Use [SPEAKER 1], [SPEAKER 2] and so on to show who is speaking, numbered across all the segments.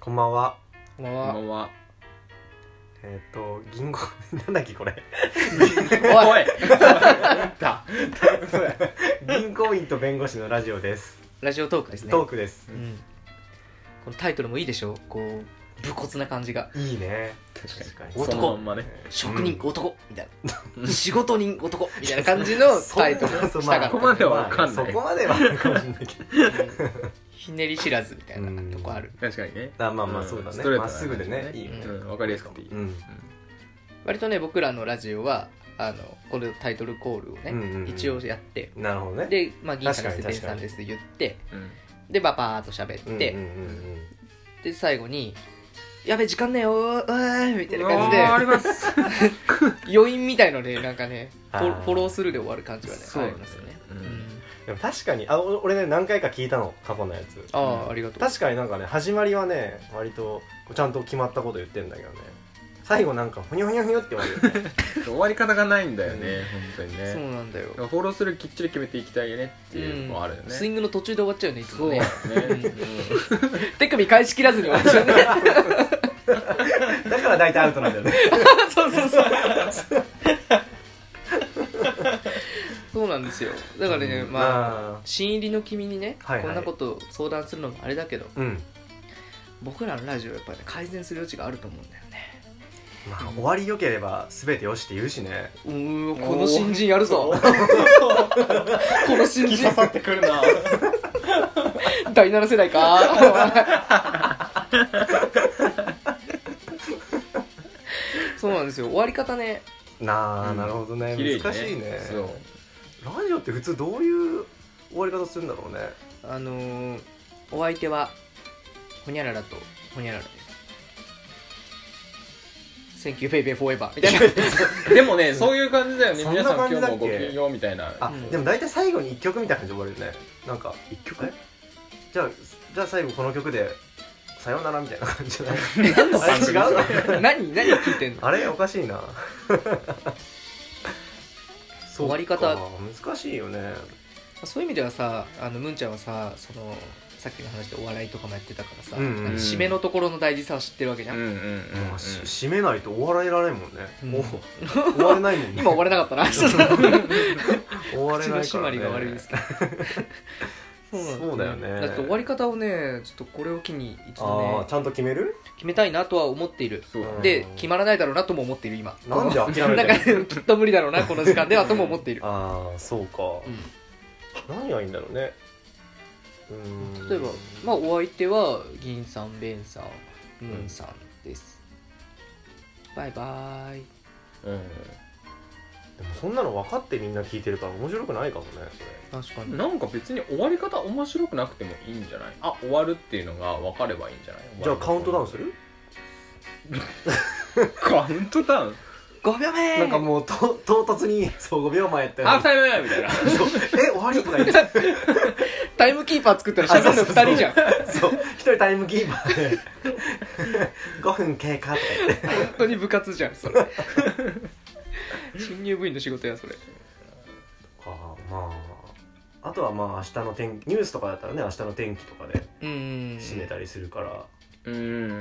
[SPEAKER 1] こんばんは。
[SPEAKER 2] こんばん
[SPEAKER 3] こんば
[SPEAKER 2] は。
[SPEAKER 3] んは。
[SPEAKER 1] えっ、と、銀行、 なんだっけこれ。
[SPEAKER 2] おい、
[SPEAKER 3] い。だ。
[SPEAKER 1] 銀行員と弁護士のラジオです。
[SPEAKER 2] ラジオトークですね。
[SPEAKER 1] トークです
[SPEAKER 2] う。ん。このタイトルもいいでしょこう、武骨な感じが。
[SPEAKER 1] いいね。
[SPEAKER 3] 確かに。
[SPEAKER 1] かに
[SPEAKER 3] そのまんまね。
[SPEAKER 2] 職人男みたい
[SPEAKER 3] うん
[SPEAKER 2] な。仕事人男みたいな感じのタイトル
[SPEAKER 1] そんなそ
[SPEAKER 2] し
[SPEAKER 1] んな
[SPEAKER 2] たかっ
[SPEAKER 3] ここ
[SPEAKER 2] た。
[SPEAKER 3] まではわかんない
[SPEAKER 1] そこまではわかんないけど。
[SPEAKER 2] ひねり知らずみたいなとこある。
[SPEAKER 3] 確かにね。
[SPEAKER 1] あまあまあ
[SPEAKER 3] ん
[SPEAKER 1] そうだね
[SPEAKER 3] ストレート
[SPEAKER 1] まっすぐでねいいよ
[SPEAKER 2] ね
[SPEAKER 3] うん、わかりやすくていい。
[SPEAKER 1] うん。
[SPEAKER 2] 割とね、僕らのラジオは、あの、これタイトルコールを
[SPEAKER 1] うんうんう
[SPEAKER 2] ね、
[SPEAKER 1] ん
[SPEAKER 2] 一応やって、
[SPEAKER 1] なるほどね。
[SPEAKER 2] で、まあ、銀さんです、
[SPEAKER 1] 確か
[SPEAKER 2] ベン
[SPEAKER 1] に
[SPEAKER 2] さんですって言って、
[SPEAKER 3] うん。
[SPEAKER 2] で、ばばーっと喋
[SPEAKER 1] うん、
[SPEAKER 2] って
[SPEAKER 1] うん、うん
[SPEAKER 2] で、最後に、やべ、時間ねえよー、うわーみたいな
[SPEAKER 3] お
[SPEAKER 2] 感
[SPEAKER 3] ーあり
[SPEAKER 2] じ
[SPEAKER 3] ます。
[SPEAKER 2] で、余韻みたいので、なんかね、フォ
[SPEAKER 1] あー
[SPEAKER 2] フォロースルーで終わる感じはね、
[SPEAKER 3] そう
[SPEAKER 2] ありますよね。
[SPEAKER 3] うん
[SPEAKER 2] うん
[SPEAKER 1] うん。でも確かに、あ、お俺ね、何回か聞いたの、過去のやつ。
[SPEAKER 2] ああ、
[SPEAKER 3] うん
[SPEAKER 2] ありがとう。
[SPEAKER 1] 確かになんかね、始まりはね、割と、こうちゃんと決まったこと言ってんだけどね。最後なんか、ほにょほにょほにょって言われるよね。
[SPEAKER 3] 終わり方がないんだよね、本当に
[SPEAKER 2] そう
[SPEAKER 3] ね。
[SPEAKER 2] なんだよ。
[SPEAKER 3] フォローするきっちり決めていきたいよねっていうのもあるよ
[SPEAKER 2] うんスイン
[SPEAKER 3] ね。
[SPEAKER 2] グの途中で終わっちゃうね、いつ
[SPEAKER 3] そ
[SPEAKER 2] も
[SPEAKER 3] う
[SPEAKER 2] ね
[SPEAKER 3] ね。。
[SPEAKER 2] 手首返しきらずに終わっちゃうね。
[SPEAKER 1] だから大体アウトなんだよね。
[SPEAKER 2] そうそうそう。そうなんですよ。だからね、まあ、
[SPEAKER 1] まあ。
[SPEAKER 2] 新入りの君にね、
[SPEAKER 1] はいはい
[SPEAKER 2] こんなこと相談するのもあれだけど、
[SPEAKER 1] うん。
[SPEAKER 2] 僕らのラジオやっぱり、ね、改善する余地があると思うんだよね。
[SPEAKER 1] まあ、終わりよければ全てよしって言うしね
[SPEAKER 2] うーん、この新人やるぞ。この新人、
[SPEAKER 3] ってくるな。
[SPEAKER 2] 第7世 代か。そうなんですよ。終わり方ね、
[SPEAKER 1] なあ、
[SPEAKER 3] うん
[SPEAKER 1] なるほどね
[SPEAKER 3] 綺麗に
[SPEAKER 1] 難しいね
[SPEAKER 3] そう。
[SPEAKER 1] ラジオって普通どういう終わり方するんだろうね
[SPEAKER 2] あのー、お相手はほにゃららとほにゃららです「Thank you baby forever」みたいな
[SPEAKER 3] でもね、そういう感じだよね。
[SPEAKER 1] そんな
[SPEAKER 3] 皆さ
[SPEAKER 1] 感
[SPEAKER 3] ん
[SPEAKER 1] じ
[SPEAKER 3] 今
[SPEAKER 1] だっ
[SPEAKER 3] 日
[SPEAKER 1] け
[SPEAKER 3] もごきげんようみたいな。
[SPEAKER 1] あ、
[SPEAKER 2] うん
[SPEAKER 1] でも大体最後に1曲みたいな感じで終わるよねなんか1曲じゃあじゃあ最後この曲で「さようなら」みたいな感じじ ゃない
[SPEAKER 2] 何の
[SPEAKER 1] あれ違う
[SPEAKER 2] 何何聞いてんの
[SPEAKER 1] あれおかしい なそっか
[SPEAKER 2] 終わり方
[SPEAKER 1] 難しいよね
[SPEAKER 2] そういう意味ではさあのむんちゃんはさそのさっきの話でお笑いとかもやってたからさ、
[SPEAKER 1] うんうん
[SPEAKER 2] なんか締めのところの大事さは知ってるわけじ
[SPEAKER 3] う
[SPEAKER 2] ゃ
[SPEAKER 3] ん
[SPEAKER 2] ん、
[SPEAKER 3] うんうん
[SPEAKER 1] ま
[SPEAKER 3] う
[SPEAKER 1] あ
[SPEAKER 3] ん。
[SPEAKER 1] し締めないと終わられられんもんね、
[SPEAKER 2] うん
[SPEAKER 1] もう終われないもんね
[SPEAKER 2] 今終われな かったな口
[SPEAKER 1] 終われ
[SPEAKER 2] の
[SPEAKER 1] ないか
[SPEAKER 2] 締ま
[SPEAKER 1] ら、ね、
[SPEAKER 2] りが悪いですけど
[SPEAKER 1] そうだよね
[SPEAKER 2] だって終わり方をねちょっとこれを機に一度
[SPEAKER 1] ああ
[SPEAKER 2] ね
[SPEAKER 1] ちゃんと決める
[SPEAKER 2] 決めたいなとは思っている
[SPEAKER 3] そうだね。
[SPEAKER 2] で
[SPEAKER 1] うん
[SPEAKER 2] 決まらないだろうなとも思っている今
[SPEAKER 1] なんで諦めてんの
[SPEAKER 2] なんかきっと無理だろうなこの時間ではとも思っている、
[SPEAKER 1] ああそうか、
[SPEAKER 2] うん
[SPEAKER 1] 何がいいんだろうねうーん
[SPEAKER 2] 例えばまあお相手は銀さんベンさんムンさんです、バイバーイ
[SPEAKER 3] う
[SPEAKER 1] でもそんなの分かってみんな聞いてるから面白くないかもねそれ
[SPEAKER 2] 確か
[SPEAKER 3] ん。なんか別に終わり方面白くなくてもいいんじゃないあ、終わるっていうのが分かればいいんじゃない
[SPEAKER 1] じゃあカウントダウンする
[SPEAKER 3] カウントダウン
[SPEAKER 2] 5秒目
[SPEAKER 1] なんかもうと唐突にそう5秒前って
[SPEAKER 3] ハーフタイムみたいな。
[SPEAKER 1] そうえ終わりとか言って
[SPEAKER 2] タイムキーパー作ったら喋るの2人じゃん本
[SPEAKER 1] そう一人タイムキーパー で5分経過とか言って
[SPEAKER 2] 当に部活じゃんそれ 新入部員の仕事やそれ
[SPEAKER 1] ああまああとはまあ明日の天気ニュースとかだったらね明日の天気とかで
[SPEAKER 2] うん
[SPEAKER 1] 締めたりするから、
[SPEAKER 3] うんうんうん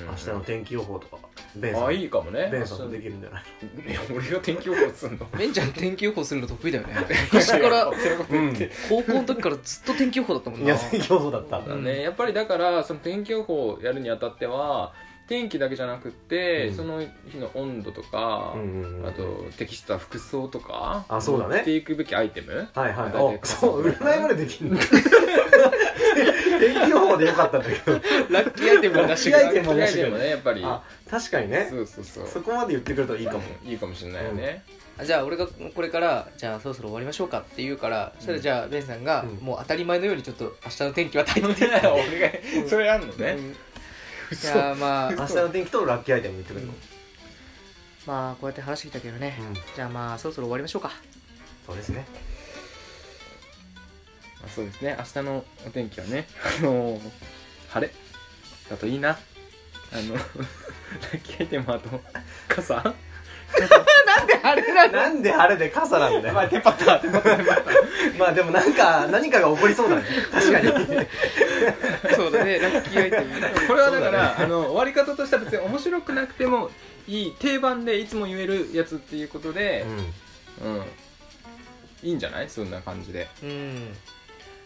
[SPEAKER 3] うん。
[SPEAKER 1] 明日の天気予報とかベンさん
[SPEAKER 3] あ、いいかもね。
[SPEAKER 1] ベンさんとできるんじゃない
[SPEAKER 3] いや俺が天気予報すんの。
[SPEAKER 2] ベンちゃん天気予報するの得意だよね昔から
[SPEAKER 1] うん
[SPEAKER 2] 高校の時からずっと天気予報だったもん
[SPEAKER 1] い
[SPEAKER 2] な
[SPEAKER 1] や天気予報だった
[SPEAKER 3] だね、やっぱりだからその天気予報をやるにあたっては天気だけじゃなくて、
[SPEAKER 1] うん
[SPEAKER 3] その日の温度とか、
[SPEAKER 1] うんうんうん
[SPEAKER 3] あと適した服装とか
[SPEAKER 1] あそうだね
[SPEAKER 3] 持っていくべきアイテム
[SPEAKER 1] はいはい
[SPEAKER 3] 大体
[SPEAKER 1] あそう占いまででき んの天気予報でよかったんだけど
[SPEAKER 2] ラッキーアイテムは出して
[SPEAKER 1] ラッキーアイテ
[SPEAKER 3] 着
[SPEAKER 1] ム
[SPEAKER 3] 替えてもねやっぱり
[SPEAKER 1] あ確かにね
[SPEAKER 3] そうそうそう
[SPEAKER 1] そこまで言ってくるといいかも
[SPEAKER 3] うんいいかもしれないよね、
[SPEAKER 2] あじゃあ俺がこれからじゃあそろそろ終わりましょうかって言うからそしたらじゃあベンさんが、
[SPEAKER 1] うん
[SPEAKER 2] もう当たり前のようにちょっと明日の天気は大変
[SPEAKER 3] い やお願いそれやんのね、
[SPEAKER 2] うんいやーまあ
[SPEAKER 1] 明日の天気とラッキーアイテム言ってくるの
[SPEAKER 2] まあこうやって話してきたけどね、
[SPEAKER 1] うん
[SPEAKER 2] じゃあまあそろそろ終わりましょうか
[SPEAKER 1] そうですね
[SPEAKER 3] あそうですね明日のお天気はねあのー晴れだといいなあのラッキーアイテムはあと傘
[SPEAKER 2] なんであれなの
[SPEAKER 1] なんで晴れで傘なんだよ
[SPEAKER 3] まあ、テパタ、テパタ、テパタ。
[SPEAKER 1] まあでもなんか何かが起こりそうだね確かに
[SPEAKER 2] そうだねラッキーアイテム
[SPEAKER 3] これはだか
[SPEAKER 1] そう
[SPEAKER 3] らあの終わり方としては別に面白くなくてもいい定番でいつも言えるやつっていうことで、うんいいんじゃないそんな感じで
[SPEAKER 2] うん、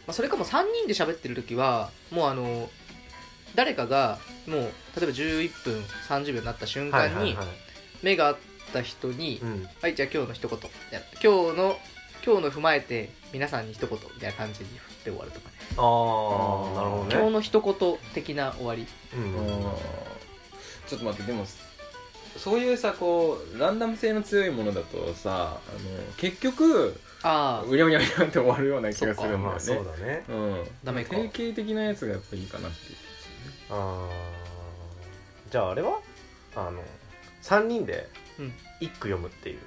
[SPEAKER 2] まあ、それかも3人で喋ってる時はもうあの誰かがもう例えば11分30秒になった瞬間に目が合った人に
[SPEAKER 1] う
[SPEAKER 2] 「
[SPEAKER 1] ん
[SPEAKER 2] はいじゃあ今日の一言」みたいな今日の今日の踏まえて皆さんに一言みたいな感じに振って終わるとかね
[SPEAKER 1] ああなるほど
[SPEAKER 2] 今日
[SPEAKER 1] ね
[SPEAKER 2] の一言的な終わり
[SPEAKER 1] うん
[SPEAKER 3] ちょっと待ってでもそういうさこうランダム性の強いものだとさあの結局
[SPEAKER 2] ああ
[SPEAKER 3] うりゃうりゃうりゃって終わるような気がするんだ
[SPEAKER 1] ま
[SPEAKER 3] よ
[SPEAKER 1] あそ
[SPEAKER 3] ね
[SPEAKER 1] うだね
[SPEAKER 3] うん
[SPEAKER 2] ダメか
[SPEAKER 3] 定型的なやつがやっぱいいかなっていう
[SPEAKER 1] あーじゃああれはあの3人で
[SPEAKER 2] うん
[SPEAKER 1] 一句読むっていう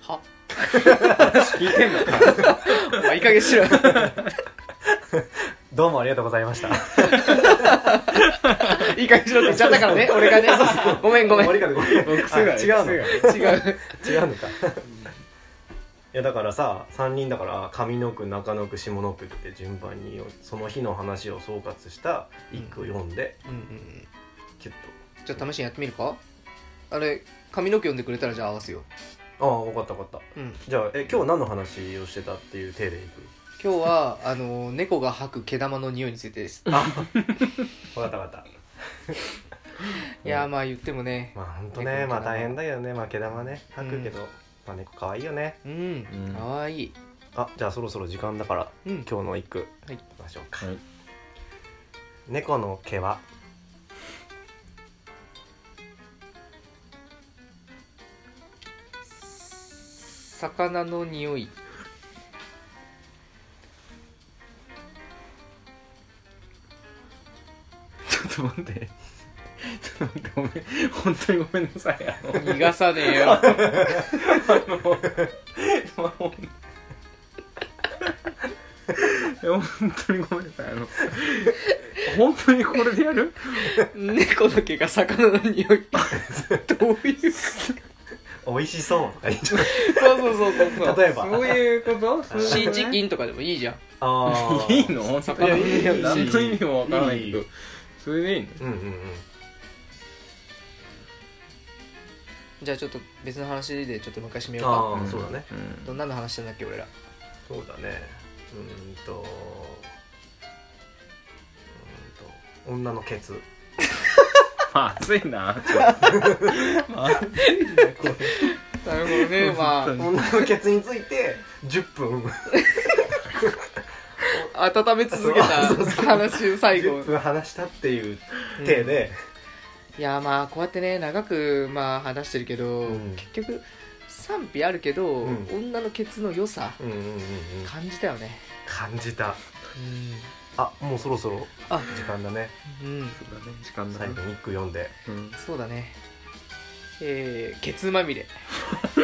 [SPEAKER 2] は
[SPEAKER 3] 聞いてんのか
[SPEAKER 2] お前いい加減にし ろよ
[SPEAKER 1] どうもありがとうございました
[SPEAKER 2] いい加減にしろって言っちゃったからね俺がねごめんごめん違
[SPEAKER 1] 終わりか ごめん
[SPEAKER 3] 僕すぐ
[SPEAKER 1] あ違うの
[SPEAKER 3] 癖が
[SPEAKER 2] う
[SPEAKER 1] 違うのかいやだからさ3人だから上の句中の句下の句って順番にその日の話を総括した一句を読んで、
[SPEAKER 2] うんうんうん
[SPEAKER 1] キュッ
[SPEAKER 2] ちょっと試しにやってみるかあれ髪の毛読んでくれたらじゃあ合わせよ
[SPEAKER 1] とああ分かった分かっ
[SPEAKER 2] う、うん、
[SPEAKER 1] たじゃあえ今日何の話をしてたっていう手でいく
[SPEAKER 2] 今日はあの猫が吐く毛玉の匂いについてです
[SPEAKER 1] あ分かった分かった
[SPEAKER 2] いやーまあ言ってもね
[SPEAKER 1] まあほんと
[SPEAKER 2] 猫の毛
[SPEAKER 1] ねま
[SPEAKER 2] 玉
[SPEAKER 1] あ大変だけどねまあ毛玉ね吐くけど、まあ猫可愛いよね
[SPEAKER 2] うん
[SPEAKER 3] うん
[SPEAKER 2] かわいい
[SPEAKER 1] あじゃあそろそろ時間だから
[SPEAKER 2] うん
[SPEAKER 1] 今日の一句、
[SPEAKER 2] はい
[SPEAKER 1] きましょうか、
[SPEAKER 3] はい
[SPEAKER 1] 猫の毛は
[SPEAKER 2] 魚の匂い
[SPEAKER 3] ちょっと待って。ちょっと待って、ごめん。本当にごめんなさい。あの、
[SPEAKER 2] 逃がさねえよ
[SPEAKER 3] まあ、ほんいや本当にごめんなさい。あの、本当にこれでやる
[SPEAKER 2] 猫の毛が魚の匂いどういう
[SPEAKER 1] 美味しそうとか言っちゃう
[SPEAKER 2] そうそうそうそうそう
[SPEAKER 1] 例えば
[SPEAKER 3] そういうことそうい
[SPEAKER 2] シ
[SPEAKER 3] うことね
[SPEAKER 2] ーチキンとかでもいいじゃん
[SPEAKER 1] あー
[SPEAKER 3] いいの
[SPEAKER 2] 魚
[SPEAKER 1] いや
[SPEAKER 2] の
[SPEAKER 1] いやいや
[SPEAKER 2] 匂い
[SPEAKER 3] 何の意味もわからないけ
[SPEAKER 1] い
[SPEAKER 3] ど
[SPEAKER 1] い。
[SPEAKER 3] それでいいの
[SPEAKER 1] うんうんうん
[SPEAKER 2] じゃあちょっと別の話でちょっともう一回締めよう
[SPEAKER 1] あ
[SPEAKER 2] か
[SPEAKER 1] あ、そうだね。
[SPEAKER 2] どんなの話したんだっけ俺ら
[SPEAKER 1] そうだねうーんとうーんと女のケツ
[SPEAKER 3] まずいな。
[SPEAKER 2] なるほどねま
[SPEAKER 3] 本
[SPEAKER 1] 女のケツについて10分
[SPEAKER 2] あ温め続けた話を最後
[SPEAKER 1] 10分話したっていう 手で、
[SPEAKER 2] いやーまあこうやってね長くまあ話してるけど、
[SPEAKER 1] うん
[SPEAKER 2] 結局賛否あるけど、
[SPEAKER 1] うん
[SPEAKER 2] 女のケツの良さ
[SPEAKER 1] うん、うんうんうん
[SPEAKER 2] 感じたよね
[SPEAKER 1] 感じた
[SPEAKER 2] うん
[SPEAKER 1] あもうそろそろ
[SPEAKER 2] あ
[SPEAKER 1] 時間だね
[SPEAKER 2] うん
[SPEAKER 3] そうだね時間
[SPEAKER 1] 最後に一句読んで
[SPEAKER 3] うん
[SPEAKER 2] そうだねえー、ケツまみれ
[SPEAKER 3] ちょ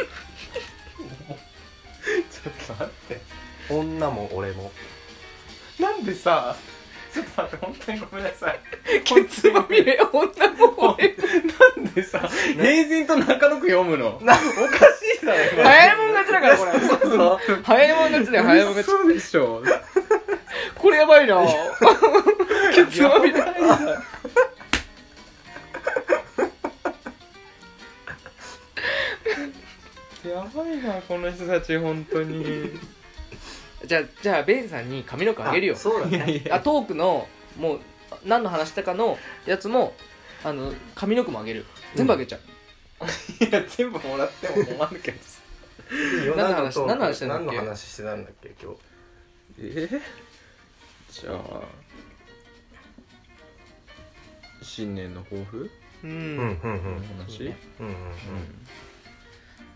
[SPEAKER 3] っと待って。
[SPEAKER 1] 女も俺も
[SPEAKER 3] なんでさ、ちょっと待って、本当にごめんなさい。
[SPEAKER 2] ケツまみれ女も俺も
[SPEAKER 3] なんでさ、平然と中野区読むの
[SPEAKER 1] なん
[SPEAKER 3] おかしいだろ、
[SPEAKER 2] 早いもん勝ちだからこれ 早いもん勝ちだよ早いもん勝
[SPEAKER 3] そうでしょ。
[SPEAKER 2] ちこれやばいな ケツまみれ
[SPEAKER 3] やばいな、この人たち、本当に。
[SPEAKER 2] じゃあじゃあベンさんに髪の毛あげるよ
[SPEAKER 1] あそうだね
[SPEAKER 3] い
[SPEAKER 2] あ、トークのもう何の話したかのやつもあの髪の毛もあげる全部あげちゃう、
[SPEAKER 3] いや、全部もらっても困るけどさ。
[SPEAKER 1] いいよ
[SPEAKER 2] 何の話
[SPEAKER 1] トーク
[SPEAKER 2] 何の話してんだっけ
[SPEAKER 1] 何の話してたんだっけ今日
[SPEAKER 3] えじゃあ、新年の抱負
[SPEAKER 2] うん
[SPEAKER 1] うんうん
[SPEAKER 3] の
[SPEAKER 2] いい
[SPEAKER 3] 話
[SPEAKER 2] ね
[SPEAKER 1] うんうんうん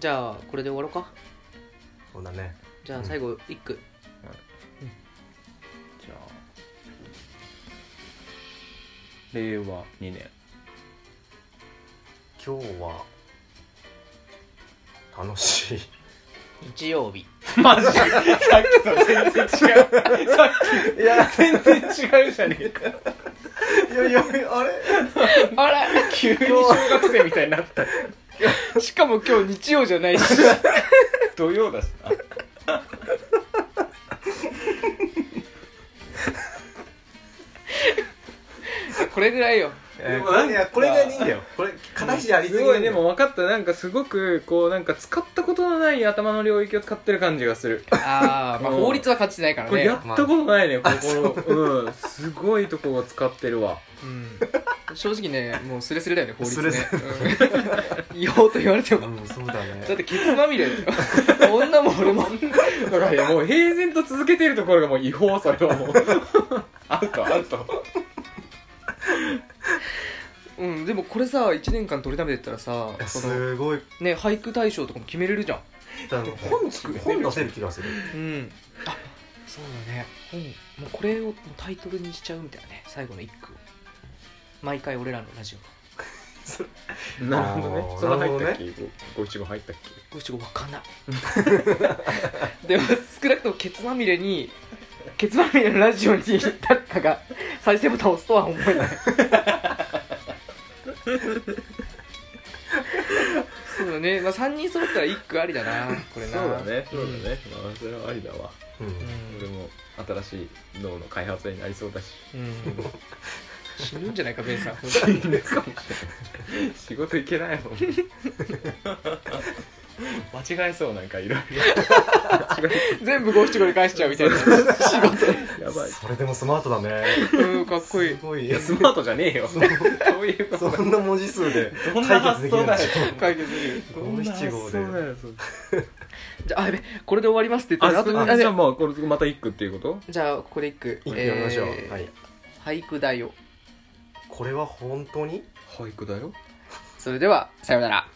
[SPEAKER 2] じゃあこれで終わろうか
[SPEAKER 1] そうだね
[SPEAKER 2] じゃあ最後一句、
[SPEAKER 3] じゃあ令和2年
[SPEAKER 1] 今日は楽しい
[SPEAKER 2] 日曜日
[SPEAKER 3] マジ さっきと全然違うさっきいや全然違うじゃねえか
[SPEAKER 1] いやいやあれ
[SPEAKER 2] あれ
[SPEAKER 3] 急に小学生みたいになった
[SPEAKER 2] しかも今日日曜じゃないし
[SPEAKER 3] 土曜だしな
[SPEAKER 2] これぐらいよ
[SPEAKER 1] え
[SPEAKER 3] でもなん
[SPEAKER 1] ー、
[SPEAKER 3] か
[SPEAKER 1] いやこれがいいんだよこれ形じゃありすぎ
[SPEAKER 3] す
[SPEAKER 1] な
[SPEAKER 3] ご
[SPEAKER 1] い
[SPEAKER 3] い
[SPEAKER 1] んだ
[SPEAKER 3] で
[SPEAKER 1] よ
[SPEAKER 3] も分かったなんかすごくこうなんか使ったことのない頭の領域を使ってる感じがする
[SPEAKER 2] ああまあ
[SPEAKER 3] うん
[SPEAKER 2] 法律は勝ちないから
[SPEAKER 3] これや
[SPEAKER 2] ね
[SPEAKER 3] ったことないねここのうんすごいとこを使ってるわ
[SPEAKER 2] うん正直ねもうスレスレだよね法律
[SPEAKER 1] スレ
[SPEAKER 2] ね
[SPEAKER 1] ス
[SPEAKER 2] うん 言おうと言われても
[SPEAKER 1] うんそうだね
[SPEAKER 2] だってケツまみれだよ 女も俺も
[SPEAKER 3] だ からいやもう平然と続けてるところがもう違法それは もうアウトアウト
[SPEAKER 2] うんでもこれさ1年間取りためてったらさ
[SPEAKER 1] いや
[SPEAKER 2] その
[SPEAKER 1] すごい
[SPEAKER 2] ね俳句大賞とかも決めれるじゃん
[SPEAKER 1] だね本作本出せる気がする
[SPEAKER 2] うんあそうだね本もうこれをもうタイトルにしちゃうみたいなね最後の一句を毎回俺らのラジオが
[SPEAKER 3] なるほど
[SPEAKER 1] あ
[SPEAKER 3] ね
[SPEAKER 1] ー
[SPEAKER 3] その入った
[SPEAKER 1] な
[SPEAKER 3] っけごご一語入ったっけ
[SPEAKER 2] 五七五わかんない でも少なくともケツまみれにケツまみれのラジオにタッカが再生ボタンを押すとは思えないそうだね、まあ、3人揃ったら一句ありだなこれな
[SPEAKER 3] そうだね
[SPEAKER 2] う
[SPEAKER 3] そうんだねまあそれはありだわ
[SPEAKER 1] うん
[SPEAKER 3] 俺も新しい脳の開発になりそうだし
[SPEAKER 2] うん、うん、死ぬんじゃないかベンさん本当に
[SPEAKER 3] いいねかもしれない仕事行けない もん間違えそうなんかいろいろ間違
[SPEAKER 2] 全部五七五で返しちゃうみたいな仕事
[SPEAKER 3] え やばい
[SPEAKER 1] それでもスマートだね
[SPEAKER 2] うんかっこい
[SPEAKER 1] す
[SPEAKER 2] い
[SPEAKER 1] ごい
[SPEAKER 3] いやスマートじゃねえよ
[SPEAKER 1] そ
[SPEAKER 3] そうういうこと
[SPEAKER 1] そんな文字数で
[SPEAKER 3] どんな
[SPEAKER 1] 解決で
[SPEAKER 3] 発
[SPEAKER 1] きる
[SPEAKER 3] 想
[SPEAKER 1] んで
[SPEAKER 3] だ
[SPEAKER 1] し
[SPEAKER 3] よ
[SPEAKER 2] 解決できる
[SPEAKER 1] この七号で
[SPEAKER 3] どんな発想だよそれ
[SPEAKER 2] じゃああやべこれで終わりますって言っ
[SPEAKER 3] あ
[SPEAKER 2] たら
[SPEAKER 3] そ
[SPEAKER 2] 後
[SPEAKER 3] う
[SPEAKER 2] で
[SPEAKER 3] あ
[SPEAKER 2] あ
[SPEAKER 3] じ
[SPEAKER 2] じ
[SPEAKER 3] ゃ
[SPEAKER 2] ゃ
[SPEAKER 3] あまあこれまた一句っていうこと
[SPEAKER 2] あじゃあここで一句
[SPEAKER 1] ょう行きましょう
[SPEAKER 2] えー
[SPEAKER 1] はい
[SPEAKER 2] 俳句だよ
[SPEAKER 1] これは本当に
[SPEAKER 3] 俳句だよ
[SPEAKER 2] それではさようなら